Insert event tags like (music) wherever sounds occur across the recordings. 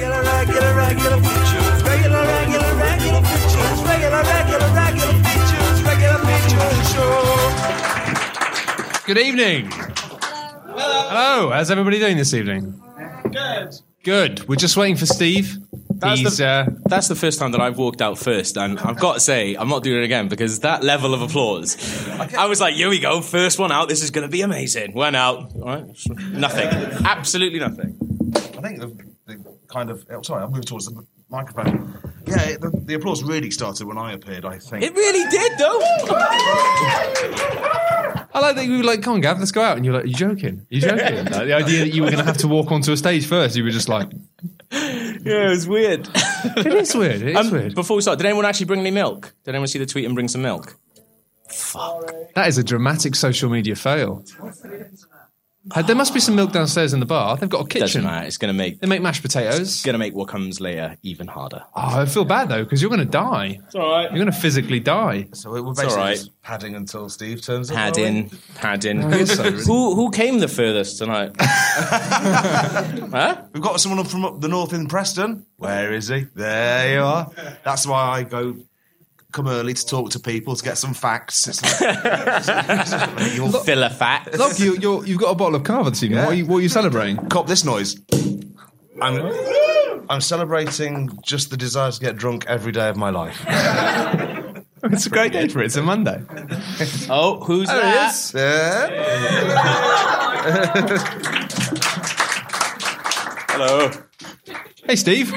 regular, regular features. Regular, regular, regular features. Regular, regular, regular features. Regular features show. Good evening. Hello. Hello. How's everybody doing this evening? Good. Good. We're just waiting for Steve. That's He's the- uh, That's the first time that I've walked out first, and I've got to say, I'm not doing it again because that level of applause. I was like, here we go, first one out, this is going to be amazing. Went out, all right, nothing, absolutely nothing. I think the, the kind of oh, sorry, I'll move towards the microphone. Yeah, it- the, the applause really started when I appeared. I think. It really did, though. I like that you were like, come on, Gav, let's go out. And you're like, you're joking. (laughs) You're joking. Like, the idea that you were going to have to walk onto a stage first, you were just like, Yeah, it was weird. it is weird. It is Um, weird. Before we start, did anyone actually bring any milk? Did anyone see the tweet and bring some milk? That is a dramatic social media fail. Uh, there must be some milk downstairs in the bar. They've got a Doesn't kitchen. matter. It's going to make They make mashed potatoes. going to make what comes later even harder. Oh, I feel bad though because you're going to die. It's all right. You're going to physically die. so we're basically all right. just padding until Steve turns up. are we? Padding, padding. it's so rude. who who came the furthest tonight? huh? We've got someone up from up the north in Preston. Where is he? There you are. That's why I go come early to talk to people to get some facts. It's like, (laughs) you'll f- Filler facts. Look, you, you're, you've got a bottle of carver this evening. What, are you, what are you celebrating? cop this noise. I'm I'm celebrating just the desire to get drunk every day of my life. (laughs) It's a great day for it. It's a Monday. Oh, who's There he that? is. Yeah. Hello. Hey, Steve.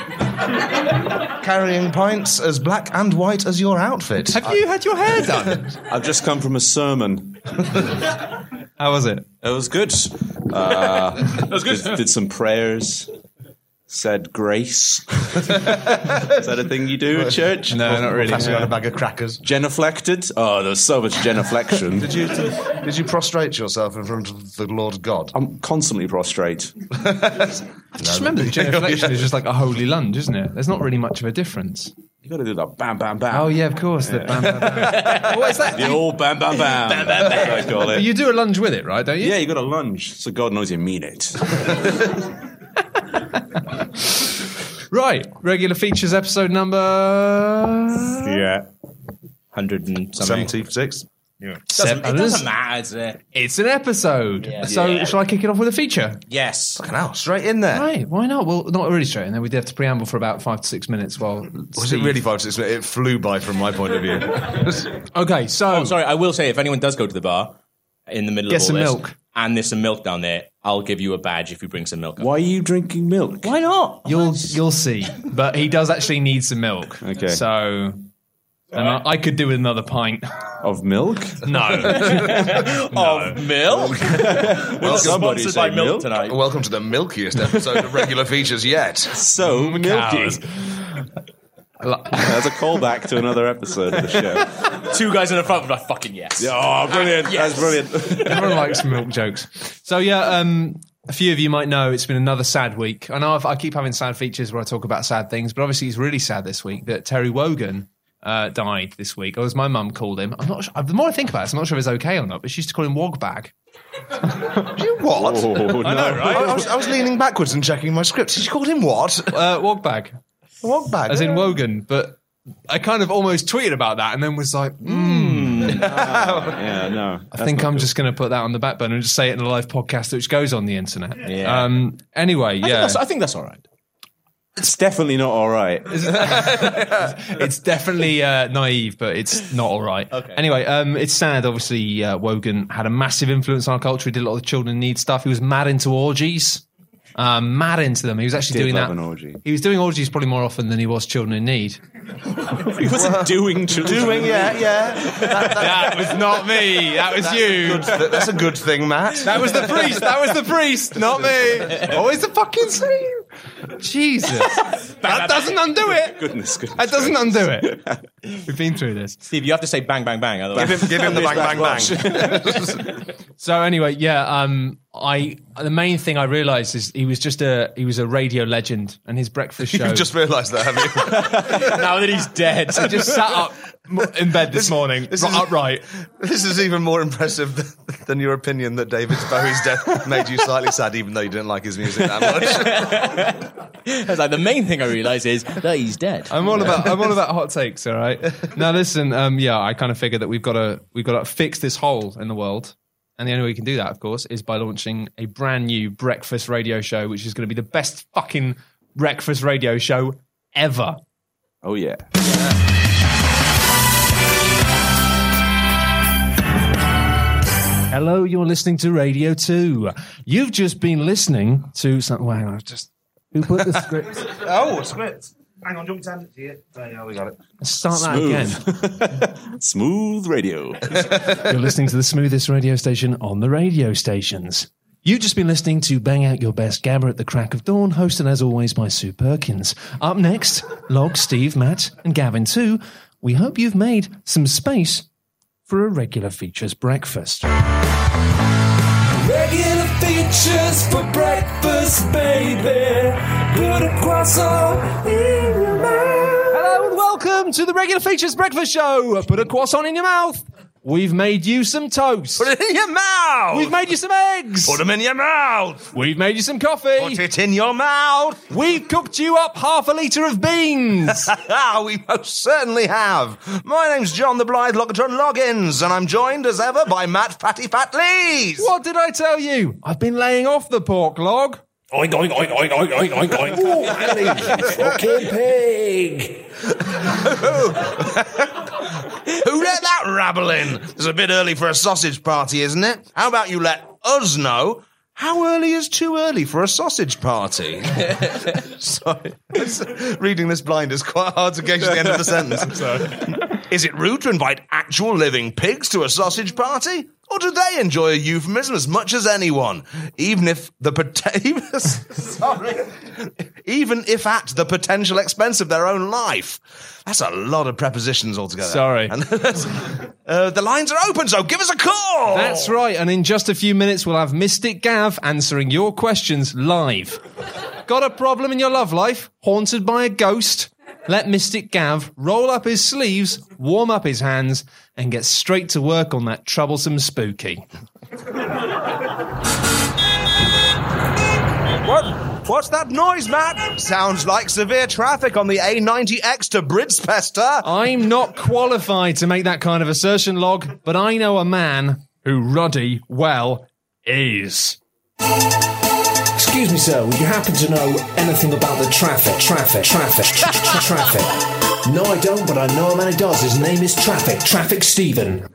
Carrying pints as black and white as your outfit. Have you had your hair done? I've just come from a sermon. How was it? It was good. Uh, was good. Did, did some prayers. Said grace. Is that a thing you do at church? No, not really. Pass me on a bag of crackers. Genuflected. Oh, there's so much genuflection. Did you, did you prostrate yourself in front of the Lord God? I'm constantly prostrate. Just remember, the genuflection is just like a holy lunge, isn't it? There's not really much of a difference. You got to do that. Bam, bam, bam. Oh yeah, of course. The bam, bam, bam. (laughs) what is that? The old bam, bam, bam. bam, bam, bam. I call it. You do a lunge with it, right? Don't you? yeah, you got to lunge. So God knows you mean it. Right. Regular features episode number. yeah. Hundred and something. 76. Doesn't, it Seven. doesn't matter. does it? It's an episode. Yeah. So Yeah. shall I kick it off with a feature? Yes. Fucking hell, straight in there. Right, why not? Well, not really straight, and then we'd have to preamble for about five to six minutes. While Was it really five six minutes? It flew by from my point of view. okay? So Oh, sorry. I will say, if anyone does go to the bar in the middle Get of all some this, milk. and there's some milk down there, I'll give you a badge if you bring some milk. Up. Why are you drinking milk? Why not? you'll you'll see, but he does actually need some milk. Okay. so and I, I could do with another pint. Of milk? No, Oh, Of (laughs) milk. Well, somebody Sponsored say by milk, milk. tonight. Welcome to the milkiest episode of regular features yet. So milky. cows. That's a callback to another episode of the show. Two guys in the front, but fucking yes. Oh, brilliant. Yes. That's (laughs) brilliant. everyone likes milk jokes. So yeah, um, a few of you might know it's been another sad week. I know I've, I keep having sad features where I talk about sad things, but obviously it's really sad this week that Terry Wogan. Uh, died this week, or as my mum called him. I'm not sure. The more I think about it, I'm not sure if it's okay or not. But she used to call him Wogbag. What? (laughs) Oh, no. I, I was, I was leaning backwards and checking my script. She called him what? Uh, Wogbag. What bag? as in Wogan, but I kind of almost tweeted about that and then was like, mm, Yeah, no. I think I'm just going to put that on the back burner and just say it in a live podcast which goes on the internet. Yeah. Um, anyway, yeah, That's- I think that's all right. It's definitely not all right. it's definitely uh, naive, but it's not all right. Okay. Anyway, um, it's sad. Obviously, uh, Wogan had a massive influence on our culture. He did a lot of the children need stuff. He was mad into orgies. Um, mad into them. He was actually Did doing love that. an orgy. He was doing orgies probably more often than he was children in need. He wasn't (laughs) doing children. Doing, yeah, yeah. that was not me. That was you. That- That's a good thing, Matt. That was the priest. That was the priest, not me. Always the fucking same. Jesus. (laughs) That doesn't undo it. Goodness, goodness. That doesn't undo it. (laughs) We've been through this. (laughs) (laughs) Steve, you have to say bang, bang, bang. Otherwise, Give him the bang, bang, bang. So anyway, yeah, um, I the main thing I realised is he was just a he was a radio legend, and his (laughs) breakfast show. (laughs) You've just realised that, haven't you? now that he's (laughs) dead, I just sat up m- in bed this, morning, this right- is- upright. (laughs) This is even more impressive th- than your opinion that David Bowie's death (laughs) made you slightly sad, even though you didn't like his music that much. It's like the main thing I realise is that he's dead. I'm all about I'm all about hot takes. All right. (laughs) Now listen, um, yeah, I kind of figure that we've got to we've got to fix this hole in the world, and the only way we can do that, of course, is by launching a brand new breakfast radio show, which is going to be the best fucking breakfast radio show ever. Oh yeah. Hello, you're listening to Radio 2. You've just been listening to something. Well, hang on, I've just. Who put the script? (laughs) oh, script. Hang on, do you want me to hand it to you? There you go, we got it. Let's Start that again. Smooth radio. You're listening to the smoothest radio station on the radio stations. You've just been listening to Bang Out Your Best Gabber at the Crack of Dawn, hosted as always by Sue Perkins. Up next, Log, Steve, Matt, and Gavin too. We hope you've made some space for a regular features breakfast. Regular features for breakfast, baby. Put a croissant in your mouth. Hello and welcome to the regular features breakfast show. Put a croissant in your mouth. We've made you some toast. Put it in your mouth! We've made you some eggs. Put them in your mouth! We've made you some coffee. Put it in your mouth! (laughs) We've cooked you up half a litre of beans. Ah, we most certainly have. My name's John the Blythe Logatron Loggins, and I'm joined as ever by Matt Fatty Fat Lees. what did I tell you? I've been laying off the pork log. Oink, oink, oink, oink, oink, oink, oink, oink. Oh, Annie, you fucking pig. Who let that rabble in? It's a bit early for a sausage party, isn't it? How about you let us know? How early is too early for a sausage party? sorry. (laughs) Reading this blind is quite hard to gauge the end of the sentence. Is it rude to invite actual living pigs to a sausage party? Or do they enjoy a euphemism as much as anyone? Even if the (laughs) pot- sorry, even if at the potential expense of their own life. That's a lot of prepositions altogether. Sorry. And (laughs) uh, the lines are open, so give us a call. That's right. And in just a few minutes, we'll have Mystic Gav answering your questions live. Got a problem in your love life? Haunted by a ghost? Let Mystic Gav roll up his sleeves, warm up his hands, and get straight to work on that troublesome spooky. What? What's that noise, Matt? Sounds like severe traffic on the A90X to Bridgepester. I'm not qualified to make that kind of assertion log, but I know a man who Ruddy well is. Excuse me, sir. Would you happen to know anything about the traffic? Traffic, traffic, tr- tr- traffic. No, I don't, but I know a man who does. His name is Traffic. Traffic Stephen.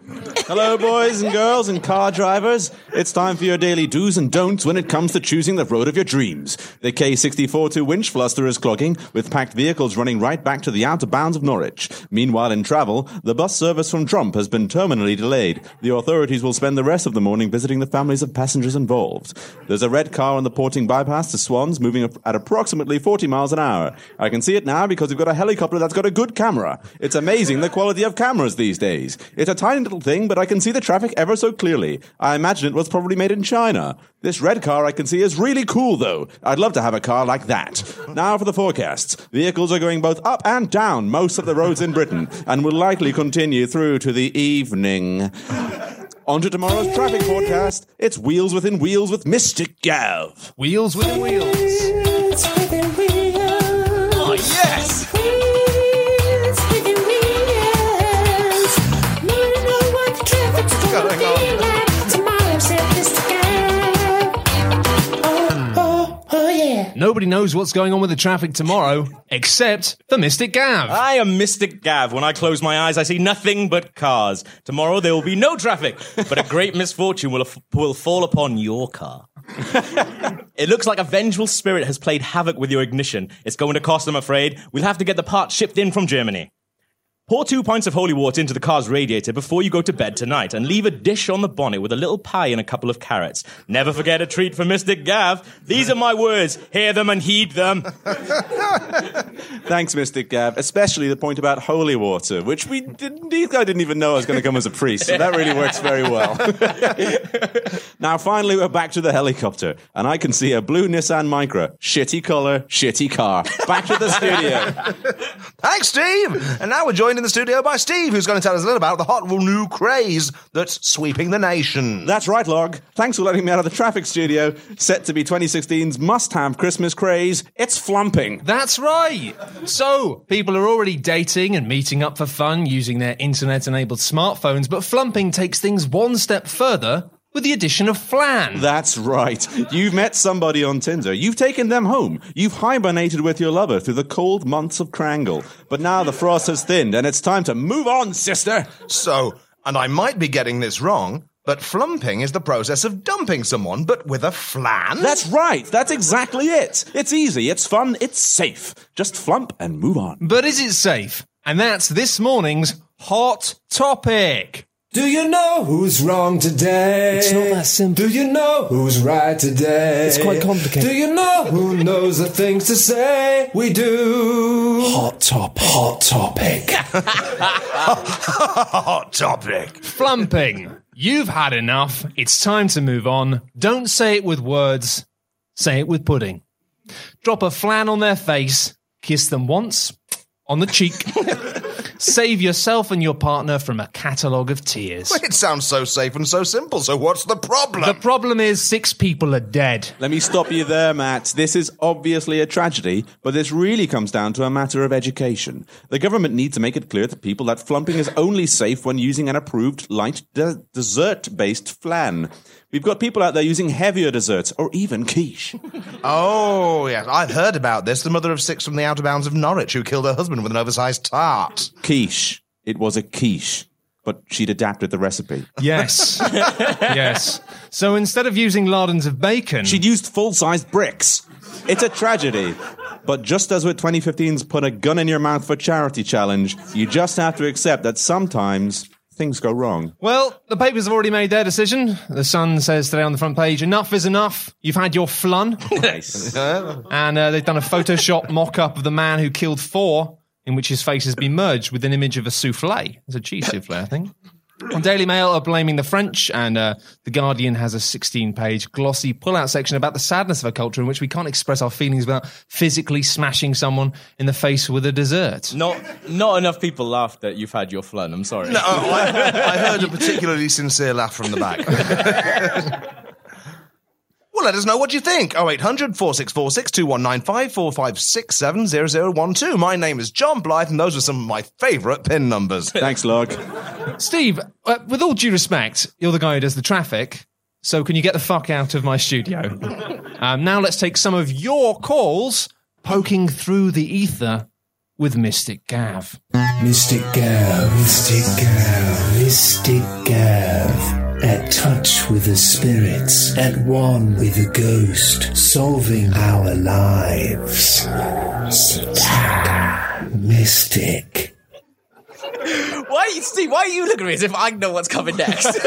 Hello, boys and girls and car drivers. It's time for your daily do's and don'ts when it comes to choosing the road of your dreams. The K64 2 winch fluster is clogging, with packed vehicles running right back to the outer bounds of Norwich. Meanwhile, in travel, the bus service from Trump has been terminally delayed. The authorities will spend the rest of the morning visiting the families of passengers involved. There's a red car on the porting bypass to Swans moving at approximately 40 miles an hour. I can see it now because we've got a helicopter that's got a good camera. It's amazing the quality of cameras these days. It's a tiny little thing, but I can see the traffic ever so clearly. I imagine it was probably made in China. This red car I can see is really cool though. I'd love to have a car like that. Now for the forecasts. Vehicles are going both up and down most of the roads in Britain and will likely continue through to the evening. On to tomorrow's traffic forecast. It's Wheels Within Wheels with Mystic Gav. Wheels within wheels. Oh, yes! going on? Oh, Nobody knows what's going on with the traffic tomorrow, except for Mystic Gav. I am Mystic Gav. When I close my eyes, I see nothing but cars. Tomorrow there will be no traffic, but a great (laughs) misfortune will, will fall upon your car. (laughs) it looks like a vengeful spirit has played havoc with your ignition. It's going to cost, I'm afraid. We'll have to get the part shipped in from Germany. Pour two pints of holy water into the car's radiator before you go to bed tonight and leave a dish on the bonnet with a little pie and a couple of carrots. Never forget a treat for Mr. Gav. These are my words. Hear them and heed them. Thanks, Mystic Gav, especially the point about holy water, which we didn't, I didn't even know I was going to come as a priest, so that really works very well. (laughs) now, finally, we're back to the helicopter, and I can see a blue Nissan Micra. Shitty color, shitty car. Back to the studio. Thanks, Steve. And now we're joined in the studio by Steve, who's going to tell us a little about the hot new craze that's sweeping the nation. That's right, Log. Thanks for letting me out of the traffic studio. Set to be 2016's must have Christmas craze, it's flumping. That's right. So, people are already dating and meeting up for fun using their internet enabled smartphones, but flumping takes things one step further with the addition of flan. That's right. You've met somebody on Tinder. You've taken them home. You've hibernated with your lover through the cold months of Crangle. But now the frost has thinned and it's time to move on, sister. So, and I might be getting this wrong, but flumping is the process of dumping someone, but with a flan. That's right. That's exactly it. It's easy. It's fun. It's safe. Just flump and move on. But is it safe? And that's this morning's hot topic. Do you know who's wrong today? It's not that simple. Do you know who's right today? It's quite complicated. Do you know who knows the things to say? We do. Hot top, hot topic. hot topic. (laughs) Flumping. You've had enough. It's time to move on. Don't say it with words, say it with pudding. Drop a flan on their face, kiss them once on the cheek. Save yourself and your partner from a catalogue of tears. It sounds so safe and so simple. So what's the problem? The problem is six people are dead. Let me stop you there, Matt. This is obviously a tragedy, but this really comes down to a matter of education. The government need to make it clear to people that flumping is only safe when using an approved light de- dessert-based flan. We've got people out there using heavier desserts or even quiche. oh, yes, I've heard about this. The mother of six from the outer bounds of Norwich who killed her husband with an oversized tart. quiche. It was a quiche, but she'd adapted the recipe. Yes. (laughs) yes. So instead of using lardons of bacon, She'd used full-sized bricks. It's a tragedy. But just as with 2015's Put a Gun in Your Mouth for Charity challenge, you just have to accept that sometimes things go wrong. well, the papers have already made their decision. The Sun says today on the front page, enough is enough. You've had your flun. and uh, they've done a Photoshop mock up of the man who killed four, in which his face has been merged with an image of a souffle. It's a cheese souffle, I think. On Daily Mail are blaming the French, and uh, The Guardian has a 16 page glossy pull out section about the sadness of a culture in which we can't express our feelings without physically smashing someone in the face with a dessert. Not, not enough people laughed that you've had your flun. I'm sorry. Oh, I, I heard a particularly sincere laugh from the back. (laughs) well, let us know what you think. Oh, 0800 464 62195 4567 0012. My name is John Blythe, and those are some of my favourite pin numbers. Thanks, Log. Steve, uh, with all due respect, you're the guy who does the traffic. So can you get the fuck out of my studio? um, now let's take some of your calls poking through the ether with Mystic Gav. Mystic Gav, Mystic Gav, Mystic Gav. At touch with the spirits, at one with the ghost, solving our lives. Mystic. Why, Steve, why are you looking at me as if I know what's coming next?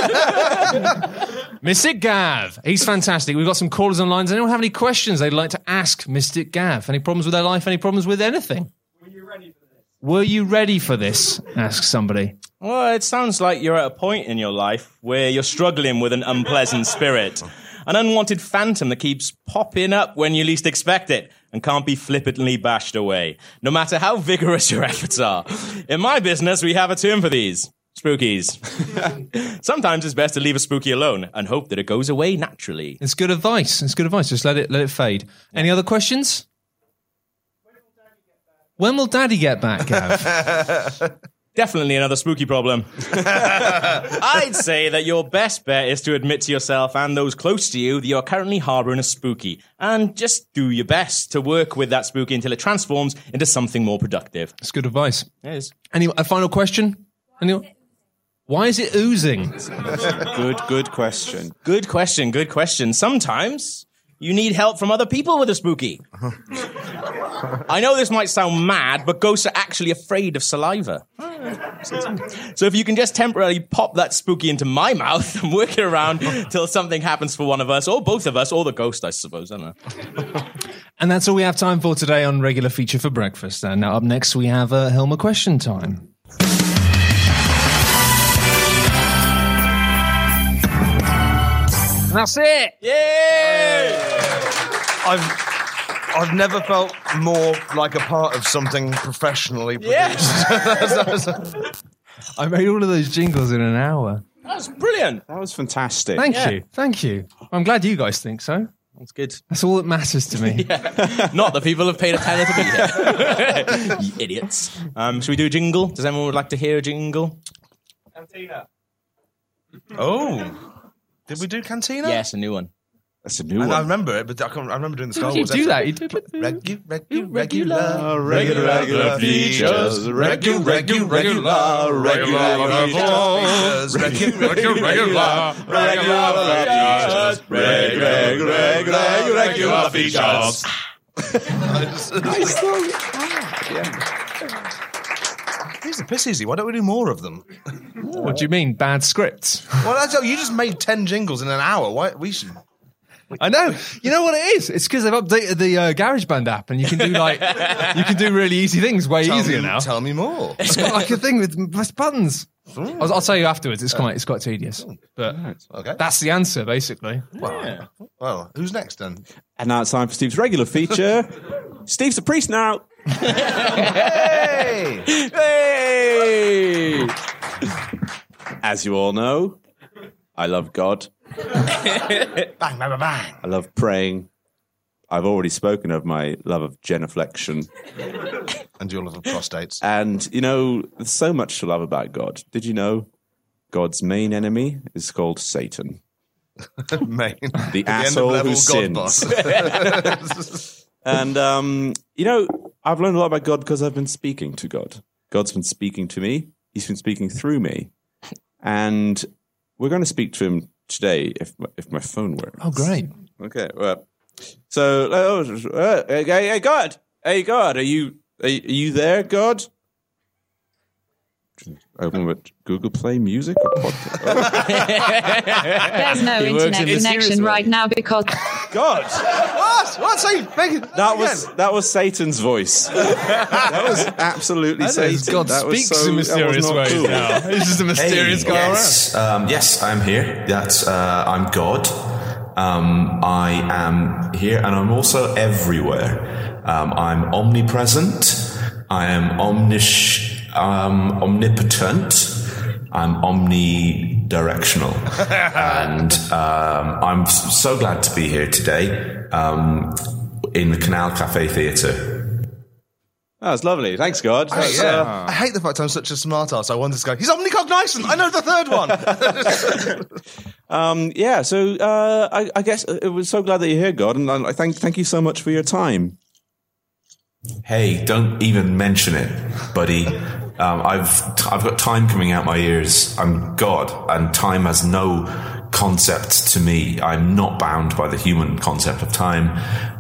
Mystic Gav, he's fantastic. We've got some callers on lines. Anyone have any questions they'd like to ask Mystic Gav? Any problems with their life? Any problems with anything? Were you ready for this? Were you ready for this? Asks somebody. Well, it sounds like you're at a point in your life where you're struggling with an unpleasant spirit, an unwanted phantom that keeps popping up when you least expect it and can't be flippantly bashed away, no matter how vigorous your (laughs) efforts are. In my business, we have a term for these. Spookies. Sometimes it's best to leave a spooky alone and hope that it goes away naturally. It's good advice. It's good advice. Just let it let it fade. Any other questions? When will Daddy get back, Gav? Definitely another spooky problem. (laughs) I'd say that your best bet is to admit to yourself and those close to you that you're currently harboring a spooky and just do your best to work with that spooky until it transforms into something more productive. it's good advice. Yes. Any a final question? Anyone? Why is it oozing? Good, good question. Good question, good question. Sometimes You need help from other people with (laughs) a spooky. I know this might sound mad, but ghosts are actually afraid of saliva. So if you can just temporarily pop that spooky into my mouth and work it (laughs) around till something happens for one of us, or both of us, or the ghost, I suppose, I don't know. And that's all we have time for today on regular feature for breakfast. And now up next we have uh, Helmer question time. And That's it. Yay! I've (laughs) I've never felt more like a part of something professionally produced. Yes! I made all of those jingles in an hour. That's brilliant. That was fantastic. Thank Yeah. you. Thank you. I'm glad you guys think so. That's good. That's all that matters to me. Not the people have paid a penny to be here. (laughs) you idiots. Um, should we do a jingle? Does anyone would like to hear a jingle? Oh. Did we do Cantina? Yes, a new one. That's a new And I one. remember it, but I, can't, I remember doing the Star How do you Wars do episode. that? You did Regu- regu- Regular. regular. Regular, regular features. Regu- regu- regular. Regular features. Regu- regu- regular. regular features. These are piss easy. Why don't we do more of them? What do you mean? Bad scripts? (laughs) Well, that's how you just made ten jingles in an hour. Why we should? I know. You know what it is? It's because they've updated the uh, GarageBand app, and you can do like you can do really easy things way Tell easier me, now. Tell me more. It's got like a thing with, with buttons. I'll, I'll tell you afterwards. It's quite it's quite tedious, but Okay. that's the answer basically. well, well, who's next then? And now it's time for Steve's regular feature. (laughs) Steve's a priest now. Hey, Hey! As you all know, I love God. bang, bang, bang, bang. I love praying. I've already spoken of my love of genuflection. And your love of prostates. And, you know, there's so much to love about God. Did you know God's main enemy is called Satan? Main. The, The end of asshole level who God sins. boss. (laughs) (laughs) And um, you know, I've learned a lot about God because I've been speaking to God. God's been speaking to me. He's been speaking through me, and we're going to speak to him today if my, if my phone works. Oh, great! Okay. Well, so uh, uh, hey, hey, God, hey God, are you are you- are you there, God? Open with Google Play Music or Oh, podcast. (laughs) There's no works internet in a serious connection way. right now because God, what? What's he? Megan, that was that was Satan's voice. (laughs) that was absolutely That Satan. is God That was speaks so- in that was mysterious not ways cool. now. He's just a mysterious guy. yes. Um, yes, I'm here. That's uh, I'm God. Um, I am here, and I'm also everywhere. Um, I'm omnipresent. I am omnish, um, omnipotent. I'm omnidirectional, and um, I'm s- so glad to be here today um, in the Canal Cafe Theatre. That was lovely. Thanks, God. I, That's, hate- uh, I hate the fact I'm such a smart ass. I want this guy. He's omnicognizant. I know the third (laughs) one. um, yeah. So uh, I, I guess it was so glad that you're here, God, and I I thank thank you so much for your time. Hey, don't even mention it, buddy. Um, I've t- I've got time coming out my ears. I'm God, and time has no concept to me. I'm not bound by the human concept of time.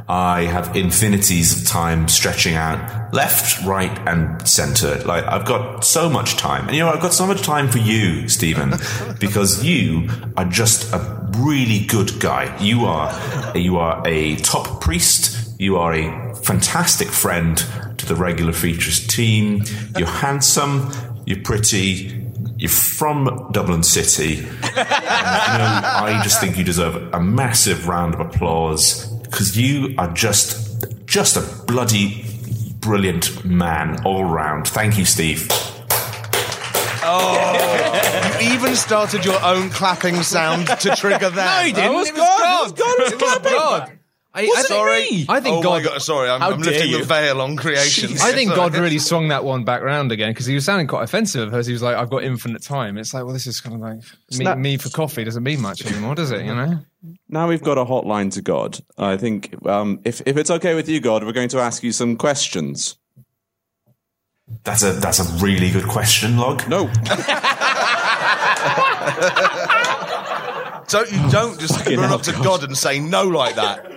I have infinities of time stretching out left, right, and center. Like I've got so much time, and you know I've got so much time for you, Stephen, because you are just a really good guy. You are you are a top priest. You are a fantastic friend to the regular features team. You're handsome. You're pretty. You're from Dublin City. (laughs) And, you know, I just think you deserve a massive round of applause because you are just, just a bloody brilliant man all round. Thank you, Steve. you even started your own clapping sound to trigger that. he Oh, didn't. was It was God. God. It was (laughs) clapping. I, I, Sorry. I think oh God. My God. Sorry, I'm, How I'm dare lifting you. the veil on creation. I think Sorry. God really swung that one back round again because he was sounding quite offensive at first. He was like, "I've got infinite time." It's like, well, this is kind of like me, not- me for coffee doesn't mean much anymore, does it? You know. Now we've got a hotline to God. I think um, if if it's okay with you, God, we're going to ask you some questions. That's a that's a really good question, Log. No, (laughs) So you don't just run up to God and say no like that.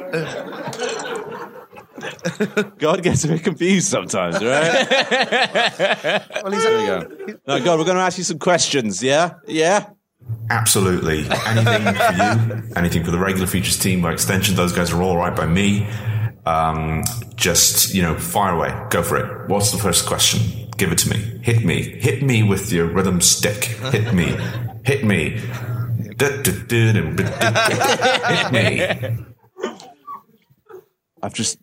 God gets a bit confused sometimes, (laughs) right? well, there we go. No, God, we're going to ask you some questions. Yeah, yeah. Absolutely. Anything for you, anything for the regular features team by extension. Those guys are all right by me. Um, just, you know, fire away. Go for it. What's the first question? Give it to me. Hit me. Hit me with your rhythm stick. Hit me. Hit me. Hit me. I've just,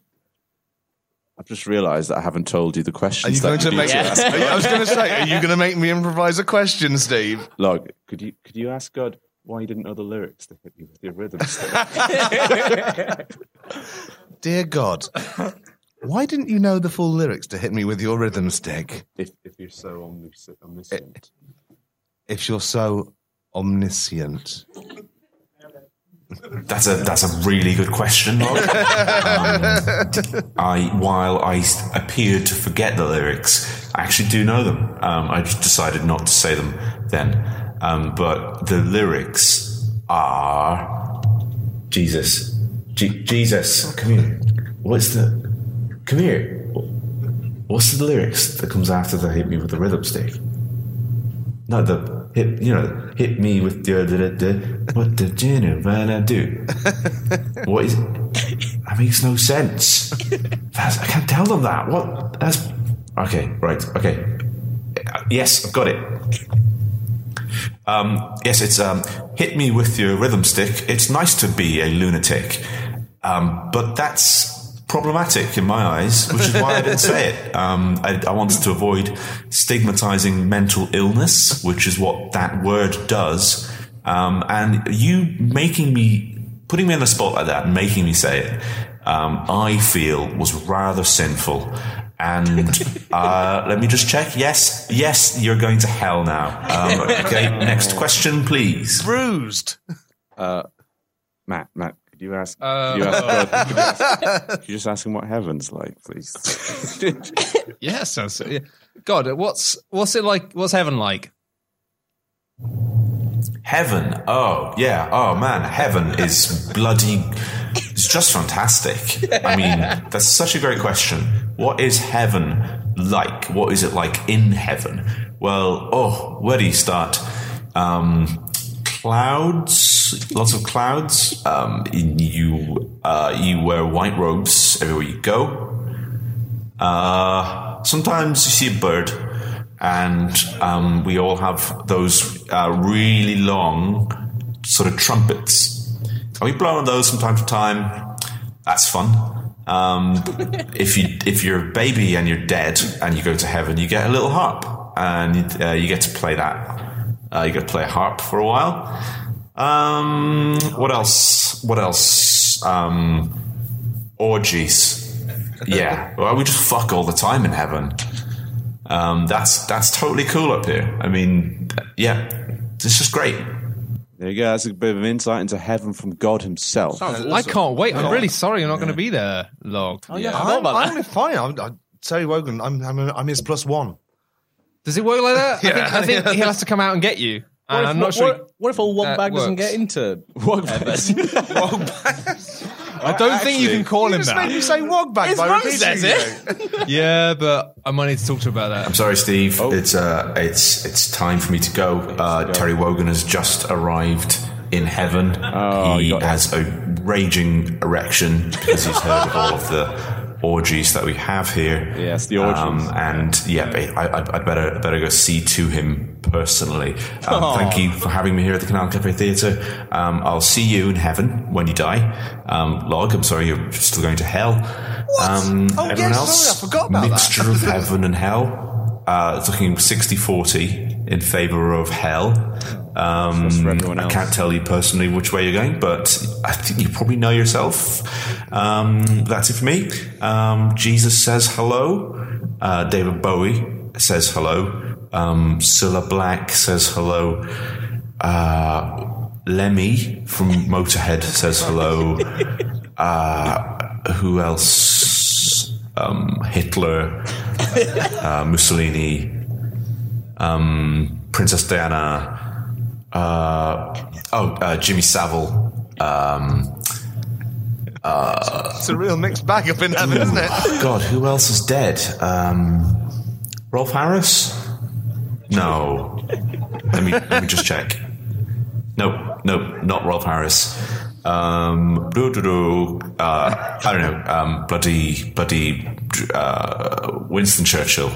I've just realised that I haven't told you the Are questions. you going that to you make? need ask. (laughs) Are you- I was going to say, are you going to make me improvise a question, Steve? Log, could you could you ask God why you didn't know the lyrics to hit me with your rhythm? stick? Dear God, why didn't you know the full lyrics to "Hit Me with Your Rhythm Stick"? if if you're so omnis- omniscient, If you're so omniscient, That's a that's a really good question. Mark. um, I while I s- appeared to forget the lyrics, I actually do know them. Um, I just decided not to say them then. Um, but the lyrics are Jesus, Je- Jesus, come here. What's the come here? What's the lyrics that comes after the hit me with the rhythm stick? No, the hit you know hit me with the da, da, da. what did you know when I do? What is that makes no sense. That's, I can't tell them that. What that's okay, right, okay. Uh, Yes, I've got it. Um, yes, it's um, hit me with your rhythm stick. It's nice to be a lunatic, um, but that's problematic in my eyes, which is why I didn't say it. Um, I, I wanted to avoid stigmatizing mental illness, which is what that word does. Um, and you making me, putting me in the spot like that, and making me say it, um, I feel was rather sinful. And uh, let me just check. Yes, yes, you're going to hell now. Um, okay, next question, please. bruised. Matt, Matt, could you ask? Uh, could you ask God? (laughs) Could you, ask, could you just ask him what heaven's like, please? Yeah, sounds. Yeah. God, what's what's it like? What's heaven like? Heaven. Oh, yeah. Oh, man. Heaven is bloody. It's just fantastic. I mean, that's such a great question. What is heaven like? What is it like in heaven? Well, oh, where do you start? Um, clouds, lots of clouds. Um, you, uh, you wear white robes everywhere you go. Uh, sometimes you see a bird, and um, we all have those uh, really long sort of trumpets. And we blow on those from time to time. That's fun. Um, (laughs) if you if you're a baby and you're dead and you go to heaven, you get a little harp and uh, you get to play that. Uh, you get to play a harp for a while. Um, what else? What else? Um, orgies. Yeah, well, we just fuck all the time in heaven. Um, that's that's totally cool up here. I mean, yeah, it's just great. There you go. That's a bit of insight into heaven from God Himself. I can't wait. I'm really sorry. I'm not going to be there. Log. I'm, I'm fine. I'm, i Terry Wogan. I'm, I'm, I'm his plus one. Does it work like that? I think, I think he'll have to come out and get you. And I'm not sure. What, if a one that bag doesn't works. get (laughs) into? I don't think you can call him Just made that. you say Wogbag by Rose repeating says it. Yeah, but I might need to talk to him about that. I'm sorry, Steve. Oh. It's uh, it's it's time for me to go. Uh, Terry Wogan has just arrived in heaven. Oh, he you got it. has a raging erection because he's heard of all of the orgies that we have here. Um, Yes, the orgies. and yeah, ba- I, I'd- I'd better better go see to him personally. Oh. Um, thank you for having me here at the Canal Cafe Theatre. Um, I'll see you in heaven when you die. Um, Log, I'm sorry, you're still going to hell. Um, Oh, everyone yes, else, sorry, I forgot about that. mixture of heaven and hell. Uh, it's looking 60-40 in favor of hell. Um, That's for everyone I else. can't tell you personally which way you're going, but I think you probably know yourself. Um, that's it for me. Um, Jesus says hello. Uh, David Bowie says hello. Um, Cilla Black says hello. Uh, Lemmy from Motorhead says hello. (laughs) Uh, who else? Um, Hitler, uh, Mussolini, um, Princess Diana. Uh, oh, uh, Jimmy Savile. Um, Uh, It's a real mixed bag up in heaven, isn't it? God, who else is dead? Um, Rolf Harris? No. let me let me just check. Nope, nope, not Rolf Harris. Um, do do do. Uh, I don't know. Um, bloody bloody uh, Winston Churchill.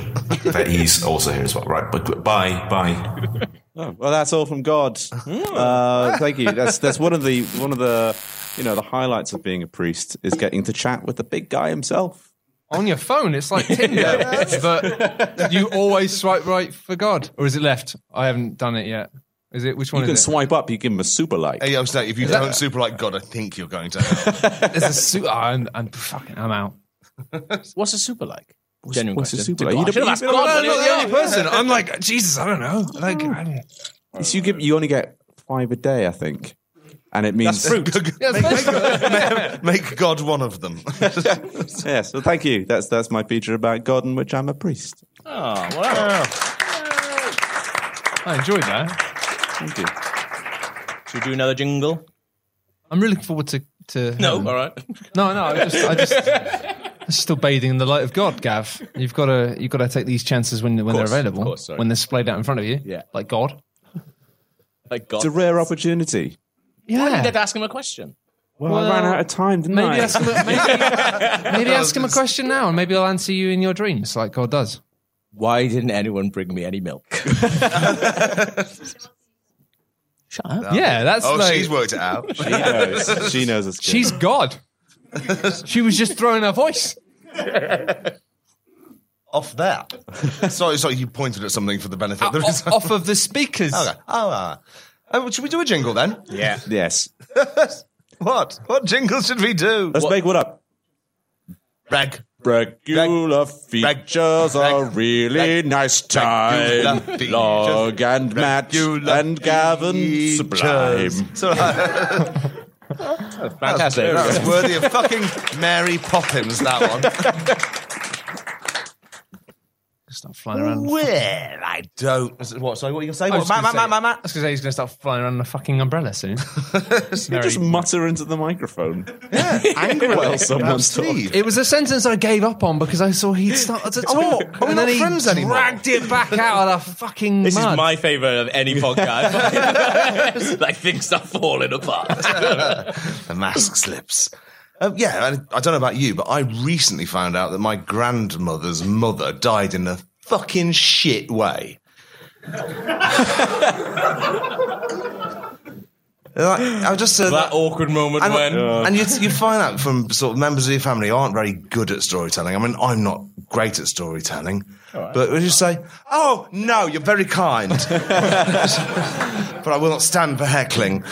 That he's also here as well, right? But bye, bye. Oh, well, that's all from God. Uh, thank you. That's that's one of the one of the you know the highlights of being a priest is getting to chat with the big guy himself. On your phone, it's like Tinder, but you always swipe right for God, or is it left? I haven't done it yet. Is it which one You (laughs) can is it? swipe up. You give him a super like. Hey, yo, so if you don't super like God, I think you're going to hell. There's a su- oh, I'm, I'm fucking, I'm out. (laughs) What's a super like? Genuine what's a question. super like? You I should have don't- asked you don't God know, when he look, was the young. only Person, I'm like Jesus. I don't know. Like, I don't- So you give. You only get five a day, I think, and it means (laughs) make, make God one (laughs) of them. (laughs) Yeah, so thank you. That's that's my feature about God in which I'm a priest. Oh, wow. I enjoyed that. Thank you. Should we do another jingle? I'm really looking forward to. to um, all right. (laughs) no, no. I just, I just, I'm still bathing in the light of God, Gav. You've got to, you've got to take these chances when when course, they're available, of course, sorry. when they're splayed out in front of you. Yeah. like God. Like God. It's a rare opportunity. Yeah. Let's ask him a question. Well, I ran out of time, didn't Maybe I? ask him, (laughs) a- maybe, maybe ask him a question now, and maybe I'll answer you in your dreams, like God does. Why didn't anyone bring me any milk? Shut up. yeah, that's (laughs) Oh, like she's worked it out. she knows. She knows it's good. she's God. she was just throwing her (laughs) voice. (laughs) off there. sorry, sorry, you pointed at something for the benefit of the Uh, off, reason. off of the speakers. Okay. Oh, uh, oh, should we do a jingle then? Yeah. yes. What? What jingle should we do? Let's make one up. Reg. Regular features are really nice regular time. features. Log and match Regular and Gavin features. sublime. So, uh, Fantastic. that was worthy of fucking Mary Poppins, that one. Start flying around. well, I don't. What? Sorry, what were you going to say? I What, was gonna Matt, Matt, say- Matt, Matt, Matt? I was gonna say he's gonna start flying around in a fucking umbrella (laughs) soon. Mary- Just mutter into the microphone. (laughs) Angrily. Well, someone's That's Steve. it was a sentence I gave up on because I saw he'd started to talk, Are we and not then he friends anymore? dragged it back out of the fucking This mud. is my favourite of any podcast. (laughs) like things are falling (laughs) apart. the mask slips. Um, yeah, I, I don't know about you, but I recently found out that my grandmother's mother died in a fucking shit way. Like, I just said that that. awkward moment And, when and you, you find out from sort of members of your family who aren't very good at storytelling. I mean, I'm not great at storytelling, but we just say, "Oh no, you're very kind," but I will not stand for heckling.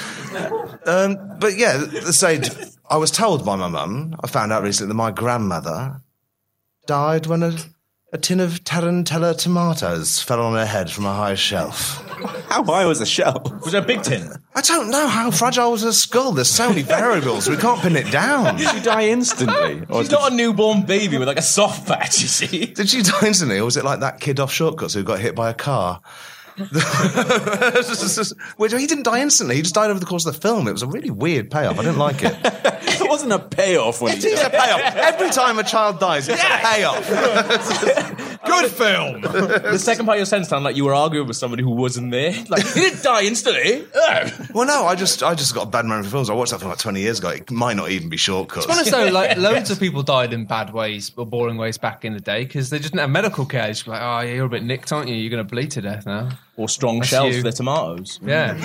Um, but yeah, the say I was told by my mum. I found out recently that my grandmother died when a, a tin of tarantella tomatoes fell on her head from a high shelf. How high was the shelf? was there a big tin? I don't know how fragile was her skull. There's so many variables. We can't pin it down. Did you die instantly? Or She's not a newborn baby with like a soft patch, you (laughs) see. Did she die instantly, or was it like that kid off shortcuts who got hit by a car? (laughs) Which he didn't die instantly. He just died over the course of the film. It was a really weird payoff. I didn't like it. (laughs) it wasn't a payoff when (laughs) it you is a payoff. Every time a child dies, it's a payoff. Good film. the second part of your sentence sounded like you were arguing with somebody who wasn't there. Like he didn't die (laughs) instantly. Well, no, I just I just got a bad memory for films. I watched that film like 20 years ago. It might not even be shortcuts. To be honest though, (laughs) like loads of people died in bad ways or boring ways back in the day because they just didn't have medical care. It's like, oh, yeah, you're a bit nicked, aren't you? You're going to bleed to death now. or strong you. shells for their tomatoes. (laughs) Yeah,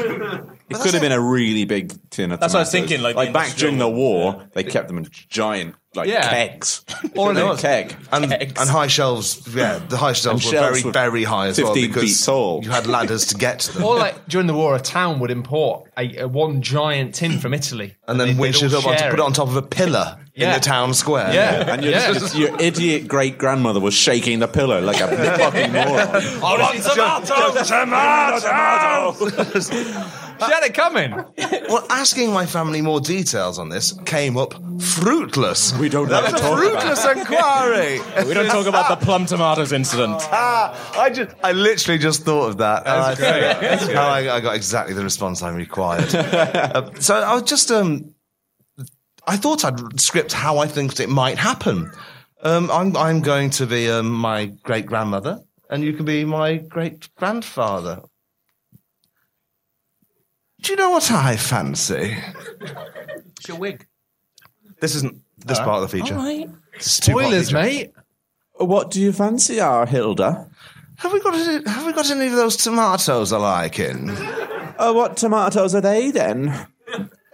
It could have been a really big tin of That's what I was tomatoes. thinking, like, the back industrial- during the war, they kept them in giant like Yeah. kegs, Or In a not. keg. and, and high shelves, yeah, the high shelves were shelves very, were very high as well 15 because feet tall. you had ladders to get to (laughs) them. or like during the war, a town would import a, a one giant tin from Italy and then they'd winch it all up, on, share put it on top of a pillar in Yeah. the town square. Yeah, (laughs) And your, yeah. your idiot great grandmother was shaking the pillow like (laughs) a (laughs) fucking moron. I want tomatoes, tomatoes. She had it coming. Well, asking my family more details on this came up fruitless. We don't that like was to a talk about fruitless inquiry. We don't talk about the plum tomatoes incident. ah, (laughs) I just, I literally just thought of that. That's great. how (laughs) I, I got exactly the response I required. Uh, so I was just um. I thought I'd script how I think it might happen. Um, I'm, I'm going to be um, my great grandmother, and you can be my great grandfather. Do you know what I fancy? It's your wig. This isn't this part of the feature. This is too part of the Spoilers, feature. mate. What do you fancy, our Hilda? Have we got any, have we got any of those tomatoes I like in? Uh, what tomatoes are they then?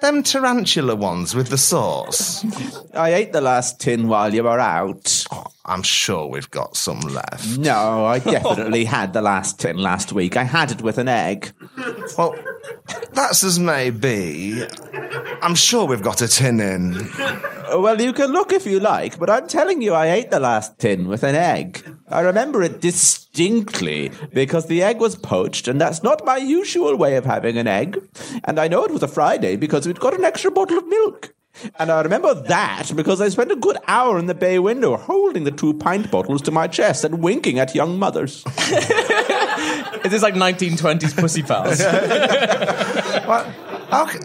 Them tarantula ones with the sauce. I ate the last tin while you were out. Oh, I'm sure we've got some left. No, (laughs) I definitely had the last tin last week. I had it with an egg. Well, that's as may be. I'm sure we've got a tin in. Well, you can look if you like, but I'm telling you, I ate the last tin with an egg. I remember it distinctly because the egg was poached, and that's not my usual way of having an egg. And I know it was a Friday because we'd got an extra bottle of milk. And I remember that because I spent a good hour in the bay window holding the two pint bottles to my chest and winking at young mothers. Is this like 1920s pussy (laughs) pals? Well, okay,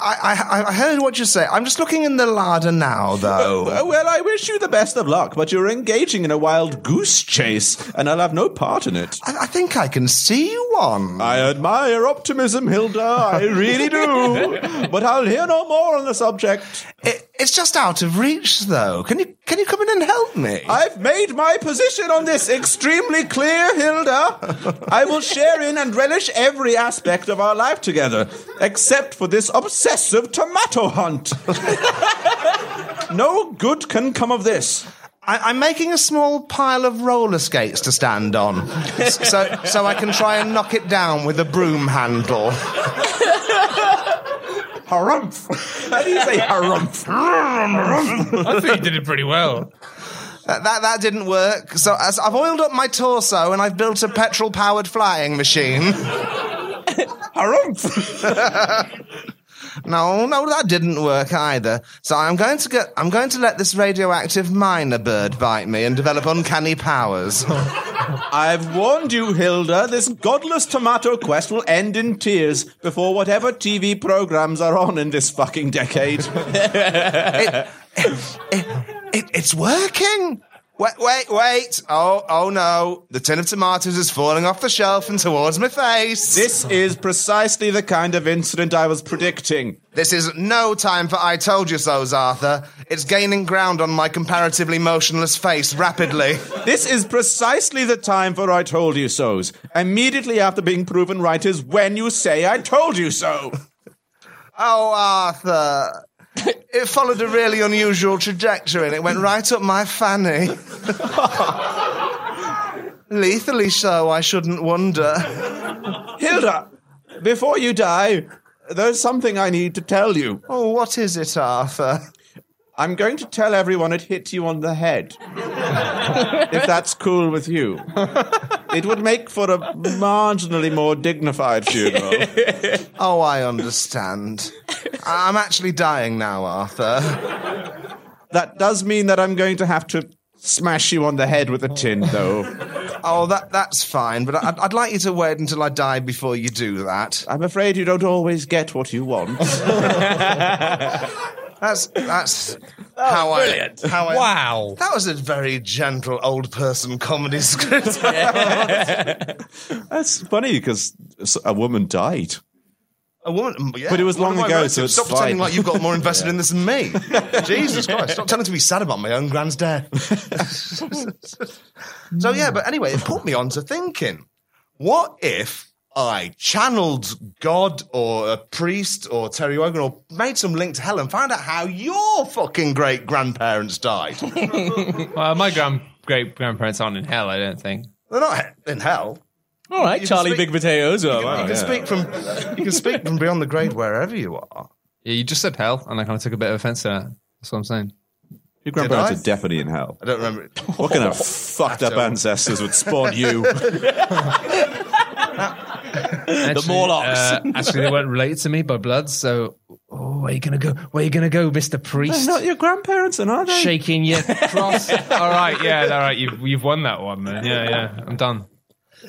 I, I, I heard what you say. I'm just looking in the larder now, though. Uh, Well, I wish you the best of luck, but you're engaging in a wild goose chase, and I'll have no part in it. I, I think I can see one. I admire your optimism, Hilda. I really do. but I'll hear no more on the subject. It, it's just out of reach, though. Can you can you come in and help me? I've made my position on this extremely clear, Hilda. I will share in and relish every aspect of our life together, except for this obsessive tomato hunt. (laughs) no good can come of this. I, I'm making a small pile of roller skates to stand on, s- so so I can try and knock it down with a broom handle. Harumph. How do you say harumph? I think you did it pretty well. That, that that didn't work. So as I've oiled up my torso and I've built a petrol-powered flying machine. harumph. No, no, that didn't work either. So I'm going to get, I'm going to let this radioactive minor bird bite me and develop uncanny powers. I've warned you, Hilda. This godless tomato quest will end in tears before whatever TV programs are on in this fucking decade. it, it's working. Wait, wait, wait. Oh, oh no. The tin of tomatoes is falling off the shelf and towards my face. This, this is precisely the kind of incident I was predicting. this is no time for I told you so's, Arthur. It's gaining ground on my comparatively motionless face rapidly. This is precisely the time for I told you so's. Immediately after being proven right is when you say I told you so. Oh, Arthur. It followed a really unusual trajectory and it went right up my fanny. Lethally so, I shouldn't wonder. Hilda, before you die, there's something I need to tell you. Oh, what is it, Arthur? I'm going to tell everyone it hit you on the (laughs) head. if that's cool with you. It would make for a marginally more dignified (laughs) funeral. Oh, I understand. I- I'm actually dying now, Arthur. that does mean that I'm going to have to smash you on the head with a tin, though. Oh, that that's fine, but I'd, I'd like you to wait until I die before you do that. I'm afraid you don't always get what you want. That's (laughs) that's how brilliant. I how I Wow. That was a very gentle old person comedy (laughs) script. that's funny because a woman died. A woman, mm, yeah. But it was One of long my ago, relatives. so it's stop pretending fine. like you've got more invested in this than (laughs) me. Jesus Christ! Stop telling me to be sad about my own grand's (laughs) death. so yeah, but anyway, it put me on to thinking: what if I channeled God or a priest or Terry Wogan or made some link to hell and found out how your fucking great grandparents died? (laughs) Well, my grand great grandparents aren't in hell, I don't think. They're not he- in hell. All right, can Charlie speak- Big Potatoes. Oh, You wow, can yeah. speak from you can speak from beyond the grave wherever you are. Yeah, you just said hell, and I kind of took a bit of offense to that. That's what I'm saying. Your Did grandparents I? are definitely in hell. I don't remember. it. What kind of fucked up ancestors would spawn you? Actually, Morlocks. uh, actually, they weren't related to me by blood, so. Oh, where you gonna go? Where you gonna go, Mister Priest? your grandparents, and are (laughs) they? Shaking your cross. all right, yeah, all right. You've you've won that one, man. Yeah, yeah. I'm done.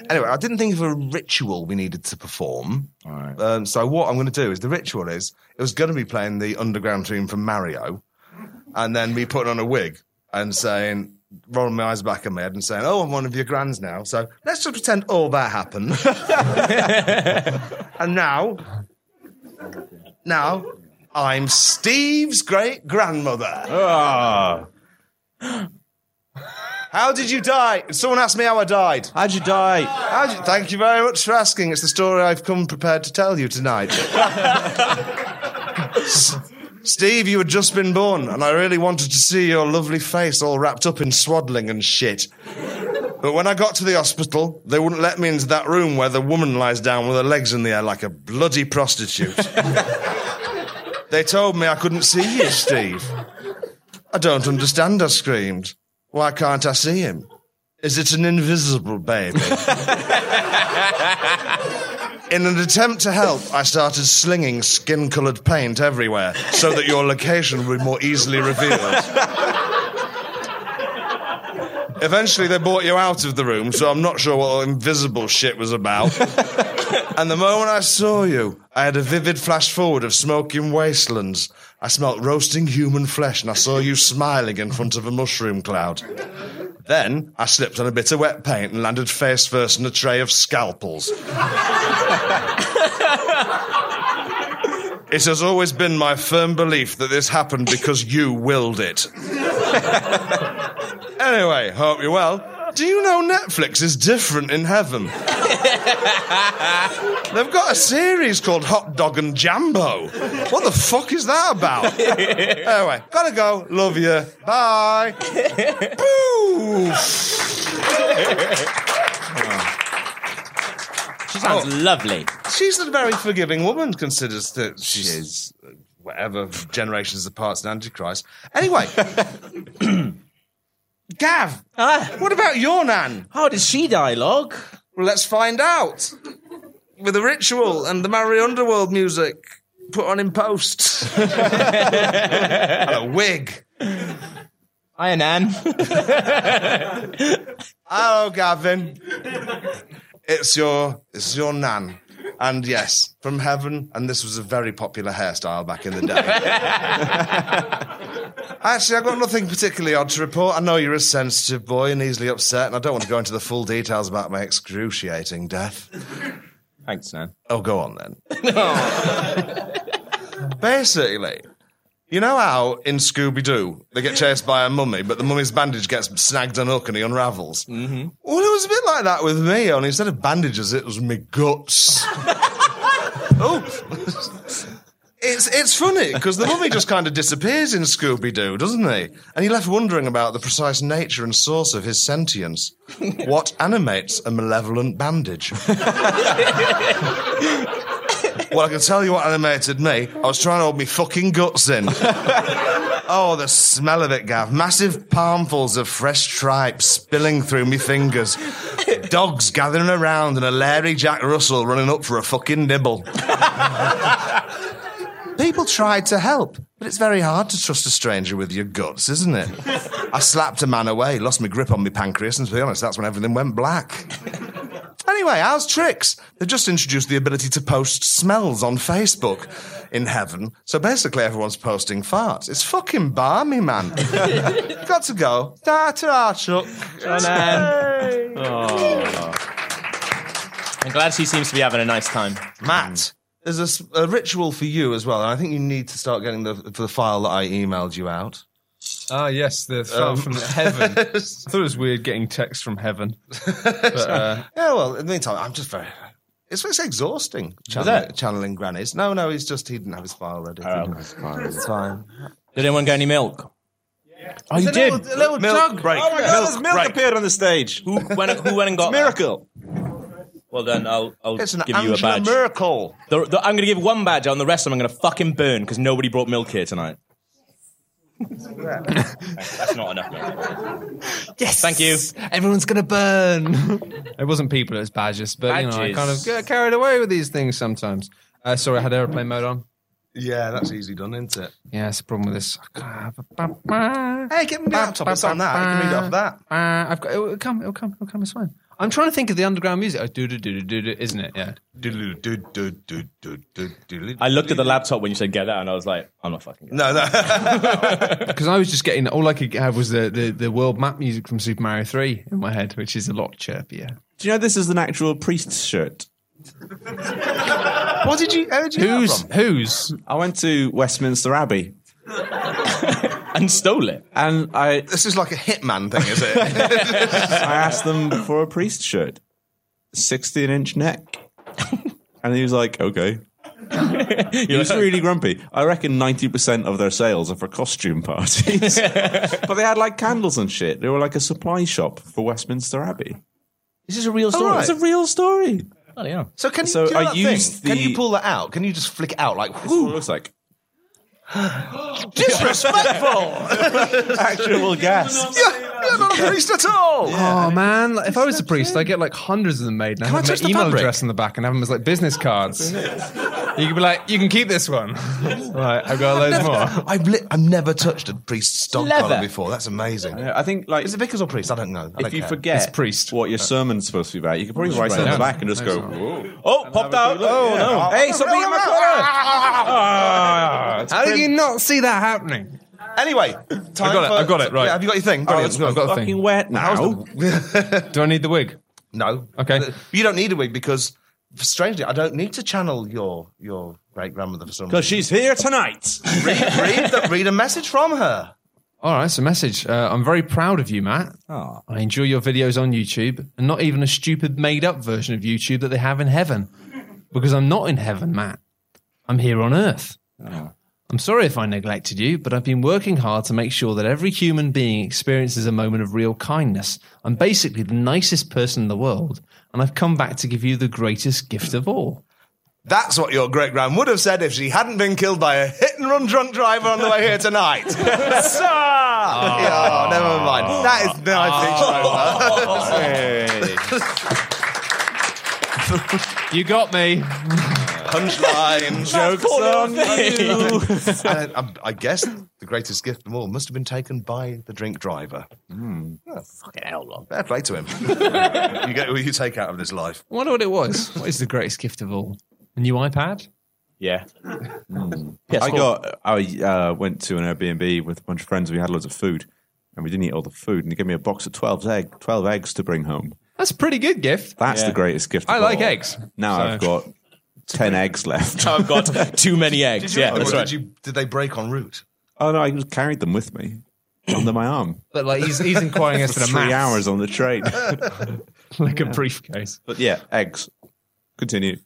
Anyway, I didn't think of a ritual we needed to perform. Um, so what I'm going to do is the ritual is it was going to be playing the underground theme from Mario, and then me putting on a wig and saying. Rolling my eyes back in my head and saying, "Oh, I'm one of your grands now." So let's just pretend all that happened. (laughs) and now, now I'm Steve's great grandmother. How did you die? Someone asked me how I died. How'd you die? How'd you- thank you very much for asking. It's the story I've come prepared to tell you tonight. S- Steve, you had just been born, and I really wanted to see your lovely face all wrapped up in swaddling and shit. But when I got to the hospital, they wouldn't let me into that room where the woman lies down with her legs in the air like a bloody prostitute. they told me I couldn't see you, Steve. I don't understand, I screamed. Why can't I see him? Is it an invisible baby? In an attempt to help, I started slinging skin coloured paint everywhere so that your location would be more easily revealed. Eventually, they bought you out of the room, so I'm not sure what all invisible shit was about. and the moment I saw you, I had a vivid flash forward of smoking wastelands. I smelt roasting human flesh, and I saw you smiling in front of a mushroom cloud. Then I slipped on a bit of wet paint and landed face first in a tray of scalpels. It has always been my firm belief that this happened because you willed it. anyway, hope you're well. Do you know Netflix is different in heaven? They've got a series called Hot Dog and Jambo. What the fuck is that about? anyway, gotta go. Love you. Bye. Boof. She sounds lovely. She's a very forgiving woman, considers that she's whatever generations apart in Antichrist. Anyway, (clears throat) Gav, what about your nan? Ah, How did she die, Log? Well, let's find out with the ritual and the Mario Underworld music put on in post. (laughs) and a wig. Hi, Nan. Hello, Gavin. It's your it's your nan. And yes, from heaven, and this was a very popular hairstyle back in the day. Actually, I've got nothing particularly odd to report. I know you're a sensitive boy and easily upset, and I don't want to go into the full details about my excruciating death. Thanks, Nan. Oh, go on then. Basically, you know how in Scooby Doo they get chased by a mummy, but the mummy's bandage gets snagged on hook and he unravels? Mm-hmm. Well, it was a bit like that with me, only instead of bandages, it was me guts. oh. It's, it's funny because the mummy just kind of disappears in Scooby Doo, doesn't he? And you're left wondering about the precise nature and source of his sentience. What animates a malevolent bandage? Well, I can tell you what animated me. I was trying to hold me fucking guts in. oh, the smell of it, Gav. Massive palmfuls of fresh tripe spilling through me fingers. Dogs gathering around and a Larry Jack Russell running up for a fucking nibble. People tried to help, but it's very hard to trust a stranger with your guts, isn't it? I slapped a man away, lost my grip on my pancreas, and to be honest, that's when everything went black. Anyway, how's tricks? They've just introduced the ability to post smells on Facebook in heaven. So basically, everyone's posting farts. It's fucking balmy, man. (laughs) Got to go. Ta ta, Chuck. I'm glad she seems to be having a nice time. (laughs) Matt, there's a, s- a ritual for you as well, and I think you need to start getting the the file that I emailed you out. Ah, yes, the fell (laughs) from heaven. I thought it was weird getting texts from (laughs) heaven. uh, Yeah, well, in the meantime, I'm just very. It's, it's exhausting channeling, channeling grannies. No, no, he's just he didn't have his file ready. It's fine. Did anyone get any milk? Oh, you did. Little, little Milk jug. break. Oh my God! There's milk break. appeared on the stage. Who went, who went and got that? Miracle. Well, then I'll, I'll It's an give you a Angela badge. miracle. The- the- I'm going to give one badge on the rest of them. I'm going to fucking burn because nobody brought milk here tonight. (laughs) That's not enough milk. Yes. Thank you. Everyone's going to burn. it wasn't people, it was badges. But, you know, I Badges. kind of get carried away with these things sometimes. Uh, sorry, I had airplane mode on. Yeah, that's easily done, isn't it? Yeah, that's the problem with this. Ah, I can't have a- bah, Hey, get me the laptop. It's on that. You can read it off that. bah. I've got it'll come, it'll come, it'll come, it's fine. I'm trying to think of the underground music. Oh, do do do do do, isn't it? Yeah. Do, do, do, do, do, do, do. I looked at the laptop when you said get that, and I was like, I'm not fucking. No, no. Because Uh, I was just getting all I could have was the, the the world map music from Super Mario Three in my head, which is a lot chirpier. Do you know this is an actual priest's shirt? what did you? How did you? get Who's that who's? I went to Westminster Abbey and stole it. and I, This is like a hitman thing, is it? I asked them for a priest shirt, 16 inch neck. and he was like, okay. he was really grumpy. I reckon 90% of their sales are for (laughs) costume parties. but they had like candles and shit. They were like a supply shop for Westminster Abbey. Is this a real story? It's a real story. Oh, yeah. so can you? So do you know I that used thing? the- Can you pull that out? Can you just flick it out (laughs) like? That's what Whoo, it looks like. disrespectful! Actual (laughs) gas. you're, you're not a priest at all. Oh man! like, if I was a priest, I would get like hundreds of them made, and I I have touch my the email fabric? address on the back, and have them as like business cards. you could be like, you can keep this one. (laughs) right, I've got (laughs) loads more. Oh, I've li- I've never touched a priest's dog collar Leather. before. That's amazing. I think like Is it vicars or priest? I don't know. I if don't you care. forget It's priest. what your sermon's supposed to be about, you could probably write it on the down. back and just go, Oh, popped out. Oh no! Hey, something in my collar! How did you not see that happening? Anyway, time got it, for- I've got it, right. Yeah, have you got your thing? Oh, Brilliant. I've got a Fucking thing. wet now. Do I need the wig? No. Okay. But You don't need a wig because, strangely, I don't need to channel your your great grandmother for some Because reason. she's here tonight. read, (laughs) read, the- read a message from her. All right, it's a message. Uh, I'm very proud of you, Matt. I enjoy your videos on YouTube, and not even a stupid made up version of YouTube that they have in heaven. Because I'm not in heaven, Matt. I'm here on earth. I'm sorry if I neglected you, but I've been working hard to make sure that every human being experiences a moment of real kindness. I'm basically the nicest person in the world, and I've come back to give you the greatest gift of all. That's what your great grand would have said if she hadn't been killed by a hit and run drunk driver on the way here tonight. (laughs) Sir! Yeah, never mind. That is now I You got me. think so. Punchline joke. Son, you. (laughs) And I, I guess the greatest gift of all must have been taken by the drink driver. Oh, fucking hell, Rob. Fair play to (laughs) him. you get what you take out of this life. I wonder what it was. What is the greatest gift of all? A new iPad? Yeah. I got. I uh, went to an Airbnb with a bunch of friends. We had loads of food, and we didn't eat all the food. And they gave me a box of twelve egg, twelve eggs to bring home. That's a pretty good gift. That's Yeah. the greatest gift. of I like all. eggs, Now so- I've got ten eggs left. I've got (laughs) too many eggs. Yeah, Or that's did, right. you, did they break en route? Oh no! I just carried them with me under my arm But like he's he's inquiring as for to the three maths. hours on the train. (laughs) like a briefcase. but yeah, eggs. Continue.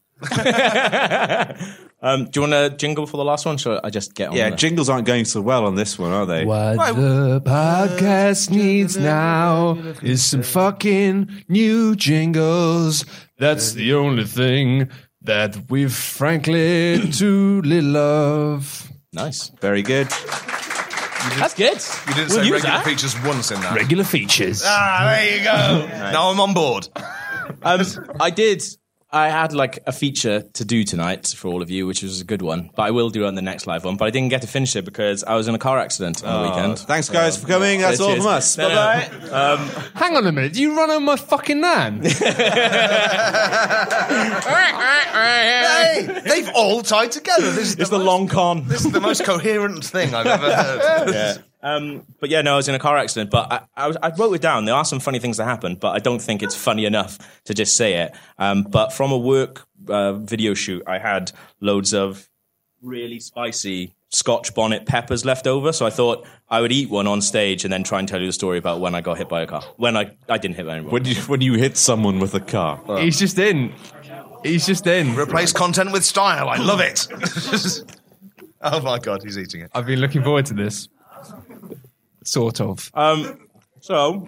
Um, do you want a jingle for the last one? Should I just get on? Yeah, there? jingles aren't going so well on this one, are they? What the podcast needs now is some fucking new jingles. That's the only thing that we've frankly too little of. nice. Very good. That's good. You didn't We'll say use regular that. features once in that. Regular features. ah, there you go. Now I'm on board. Um, I did. I had like a feature to do tonight for all of you, which was a good one. But I will do it on the next live one. But I didn't get to finish it because I was in a car accident Oh. on the weekend. Thanks, guys, for coming. That's all Cheers. from us. No, Bye no. bye. Hang on a minute, you run on my fucking nan. Hey, they've all tied together. This is It's the, the most, long con. This is the (laughs) most coherent thing I've ever heard. Um, but yeah, no, I was in a car accident. But I, I, was, I wrote it down. There are some funny things that happened, but I don't think it's funny enough to just say it. Um, but from a work uh, video shoot, I had loads of really spicy Scotch bonnet peppers left over. So I thought I would eat one on stage and then try and tell you the story about when I got hit by a car. When I, I didn't hit anyone. When you, when you hit someone with a car, (laughs) he's just in. He's just in. Replace content with style. I love (laughs) it. oh my god, he's eating it. I've been looking forward to this. Sort of. So.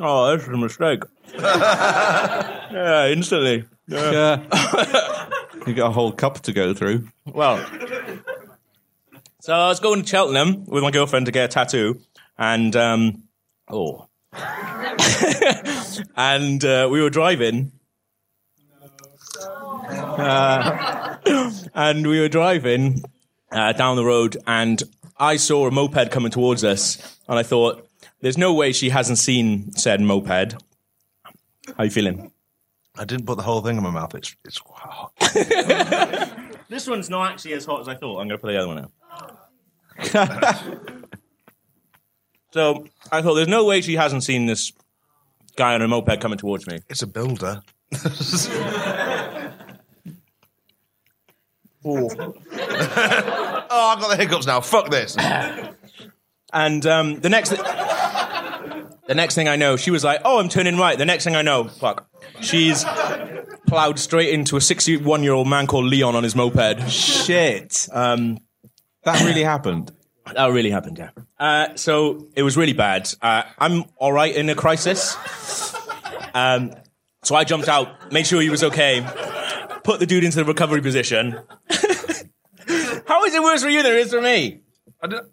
oh, that's a mistake. (laughs) yeah, instantly. you got a whole cup to go through. Well, so I was going to Cheltenham with my girlfriend to get a tattoo, and um, oh, (laughs) and uh, we were driving. Uh, (laughs) and we were driving uh, down the road, and I saw a moped coming towards us, and I thought, "There's no way she hasn't seen said moped." How you feeling? I didn't put the whole thing in my mouth. It's it's wow. This one's not actually as hot as I thought. I'm going to put the other one out. (laughs) so I thought, there's no way she hasn't seen this guy on a moped coming towards me. It's a (laughs) builder. oh. I've got the hiccups now. Fuck (coughs) this. And um, the next, the next thing I know, she was like, "Oh, I'm turning right." The next thing I know, fuck, she's plowed straight into a 61 year old man called Leon on his moped. Shit. Um, That really happened. That really happened, yeah. Uh, so it was really bad. Uh, I'm all right in a crisis. Um, so I jumped out, made sure he was okay, put the dude into the recovery position. (laughs) How is it worse for you than it is for me? I don't-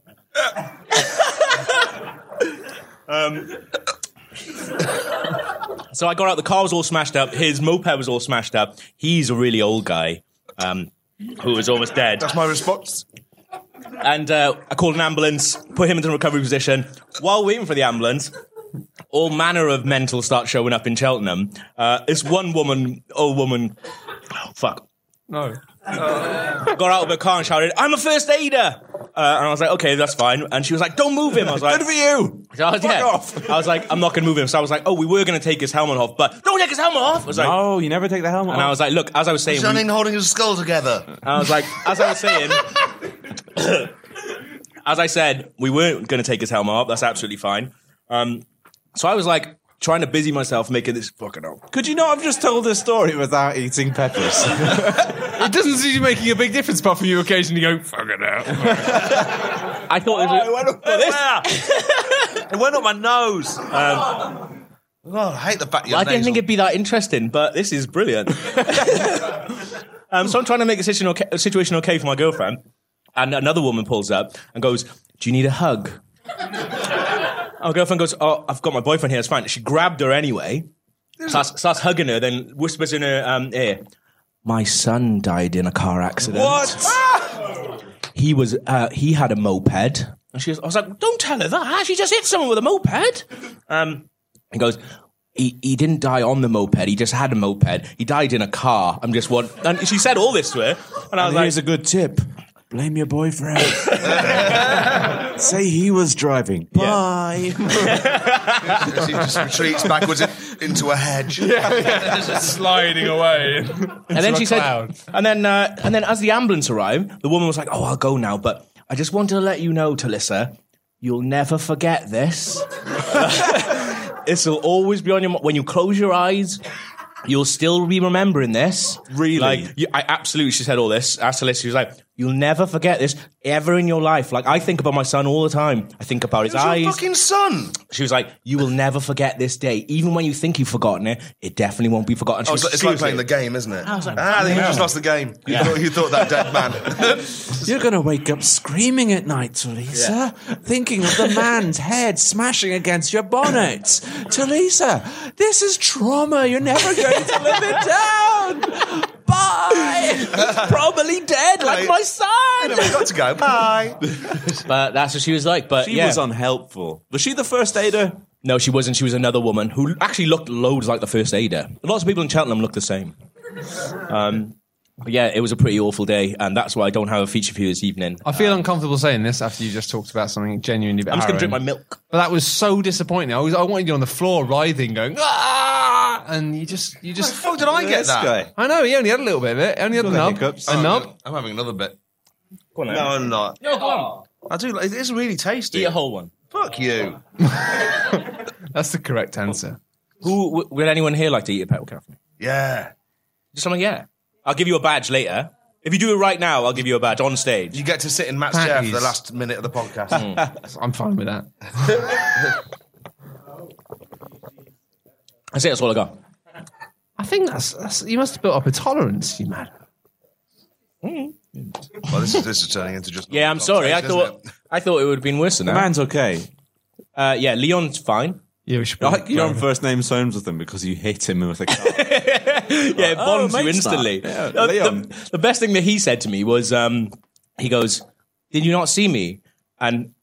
(laughs) um, so I got out, the car was all smashed up, his moped was all smashed up. He's a really old guy um, who was almost dead. That's my response. And uh, I called an ambulance, put him into a recovery position. While waiting for the ambulance, all manner of mental start showing up in Cheltenham. Uh, this one woman, old woman, oh, fuck, No. got out of her car and shouted, I'm a first aider. Uh, and I was like, okay, that's fine. And she was like, don't move him. I was like, Good for you. So I was, yeah. off. I was like, I'm not going to move him. So I was like, oh, we were going to take his helmet off, but don't take his helmet off. I was like, Oh, you never take the helmet and I off. was like, look, as I was saying, we- Johnny holding his skull (laughs) together. And I was like, as I was saying, as I said, we weren't going to take his helmet off. That's absolutely fine. Um, so I was like trying to busy myself making this fucking up. Could you not have just told this story without eating peppers? It doesn't seem to be making a big difference, apart from you occasionally go, fuck it (laughs) out. I thought it was. (laughs) it went up my nose. God, I hate the fact your I didn't nasal- think it'd be that interesting, but this is brilliant. um, so I'm trying to make the situation okay, the situation okay for my girlfriend, and another woman pulls up and goes, "Do you need a hug?" Our girlfriend goes, "Oh, I've got my boyfriend here. It's fine." She grabbed her anyway, starts, starts hugging her, then whispers in her um, ear, "My son died in a car accident. He was uh, he had a moped." And she was, I was like, "Don't tell her that. Ah, She just hit someone with a moped." Um, he goes, he, he didn't die on the moped. He just had a moped. He died in a car. I'm just one. And she said all this to her. And I was And like, here's a good tip. Blame your boyfriend. Say he was driving. Bye. As he just retreats backwards in- into a hedge. Sliding away. and then a she said, cloud. and then, uh, and then as the ambulance arrived, the woman was like, oh, I'll go now. But I just wanted to let you know, Talissa, you'll never forget this. (laughs) this will always be on your, mi- when you close your eyes. You'll still be remembering this. Really? Like, you, I absolutely, she said all this. Asked Alyssa, she was like, You'll never forget this ever in your life. Like, I think about my son all the time. I think about his It's your eyes. fucking son. She was like, "You will never forget this day. Even when you think you've forgotten it, it definitely won't be forgotten." She Oh, was it's, like, it's like playing the seriously- game, isn't it? was like, ah, you just lost the game. You, thought, you thought that dead man. You're going to wake up screaming at night, Talisa, thinking of the man's head smashing against your bonnet. Talisa, this is trauma. You're never going to live it down. Bye. He's probably dead, like my son. I've got to go. Bye. But that's what she was like. But She yeah. was unhelpful. Was she the first aider? no, she wasn't. She was another woman who actually looked loads like the first aider. Lots of people in Cheltenham look the same. Um, but yeah, it was a pretty awful day, and that's why I don't have a feature for you this evening. I feel uncomfortable saying this after you just talked about something genuinely. I'm just going to drink my milk. But that was so disappointing. I was I wanted you on the floor writhing, going ah, and you just you just. How did I get that? I know he only had a little bit of it. Only had a nub, hiccups. Oh, a nub. Oh, I'm having another bit. no, I'm not. Oh. I do. like- It's really tasty. Eat a whole one. Fuck you. That's the correct answer. Who w- would anyone here like to eat a pet cafe? Yeah. Just someone, yeah. I'll give you a badge later. If you do it right now, I'll give you a badge on stage. You get to sit in Matt's That chair for the is- last minute of the podcast. I'm fine with that. That's it. That's all I got. I think that's, that's you must have built up a tolerance, you man. (laughs) well, this is, this is turning into just. Yeah, I'm sorry. I conversation, isn't thought I thought it would have been worse than that. Man's okay. Uh, yeah, Leon's fine. Yeah, we should. You're, like- you're on first name Soames with them because you hit him with a car. yeah, it Oh, bonds mate, you instantly. that. Yeah, Uh, Leon. the, the best thing that he said to me was, um, he goes, "Did you not see me?" And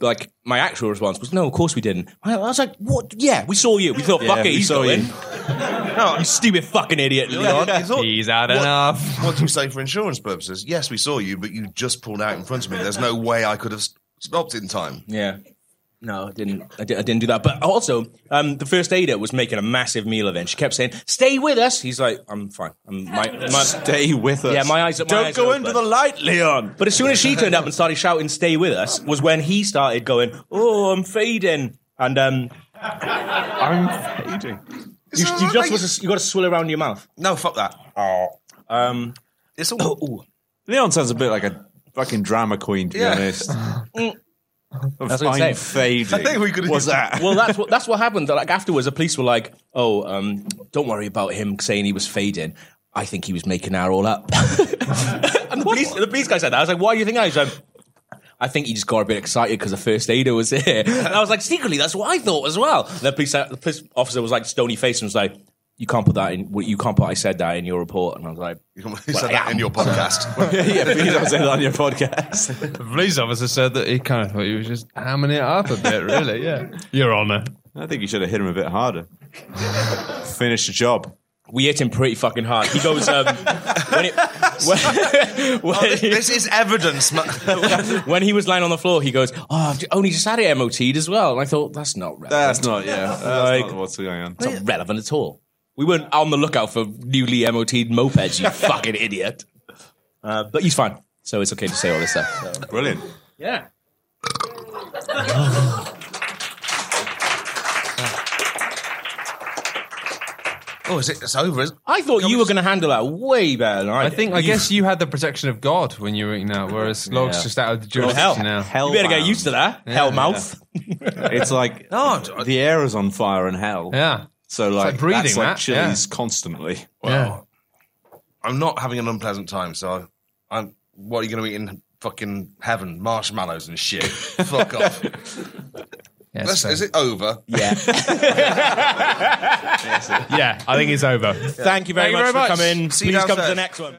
like my actual response was, "No, of course we didn't." I was like, "What? Yeah, we saw you. We thought, fuck it, we he's saw going." you. oh, (laughs) you stupid fucking idiot, (laughs) Leon. (laughs) Yeah, it's all- He's had What- enough. What do you say for insurance purposes? Yes, we saw you, but you just pulled out in front of me. There's no way I could have s- stopped in time. Yeah. No, I didn't. I, di- I didn't do that. But also, um, the first aider was making a massive meal of it. And she kept saying, "Stay with us." He's like, "I'm fine. I'm my, my Stay with us. yeah, my eyes. My Don't eyes go are into open. the light, Leon. But as soon as she turned up and started shouting, "Stay with us," was when he started going, "Oh, I'm fading," and um, I'm fading. you, all you right. just was you got to swill around your mouth. No, fuck that. Um, It's all. ooh. Leon sounds a bit like a fucking drama queen, to be Yeah. honest. That's what I'm Fine saying. fading. I think (laughs) we could- What's Oh, that? well, that's what that's what happened. Like afterwards, the police were like, "Oh, um, don't worry about him saying he was fading." I think he was making that all up. (laughs) and the police, the police guy said that. I was like, "Why do you think that?" He's like, "I think he just got a bit excited because the first aider was here." (laughs) And I was like, "Secretly, that's what I thought as well." And the police, the police officer was like stony faced and was like, "You can't put that in. You can't put I said that in your report." And I was like, You said that in your podcast. yeah, please don't say that on your podcast. The police officer said that he kind of thought he was just hamming it up a bit, really. Yeah. (laughs) Your Honour. I think you should have hit him a bit harder. Finish the job. "We hit him pretty fucking hard." He goes, um, (laughs) "When (laughs) it." When, when he- this is evidence. ma- (laughs) when he was lying on the floor, he goes, "Oh, I've ju- only just had it MOT'd as well." And I thought that's not relevant. That's not, yeah. Uh, That's Like- not what's going on. That's not relevant at all. We weren't on the lookout for newly MOT'd (laughs) mopeds, you fucking idiot. Uh, but he's fine, so it's okay to say all this stuff. so. Brilliant. Yeah. (laughs) oh, is it? It's over. Is I thought you were going to handle that way better. Than I, I think, I guess you had the protection of God when you were eating that, whereas Log's Yeah. just out of the Oh, hell, jurisdiction now. Hell (laughs) you better bound. get used to that. hell mouth. It's like the air is on fire in hell. Yeah. So like, like breathing that's like that, chilies constantly. yeah. I'm not having an unpleasant time, so I'm. What are you going to eat in fucking heaven? Marshmallows and (laughs) shit. Fuck off. Yeah, Let's- so- is it over? Yeah. yeah, I think it's over. Thank you Thank you very, much, very for much. (laughs) coming. See you Please come to downstairs. the next one.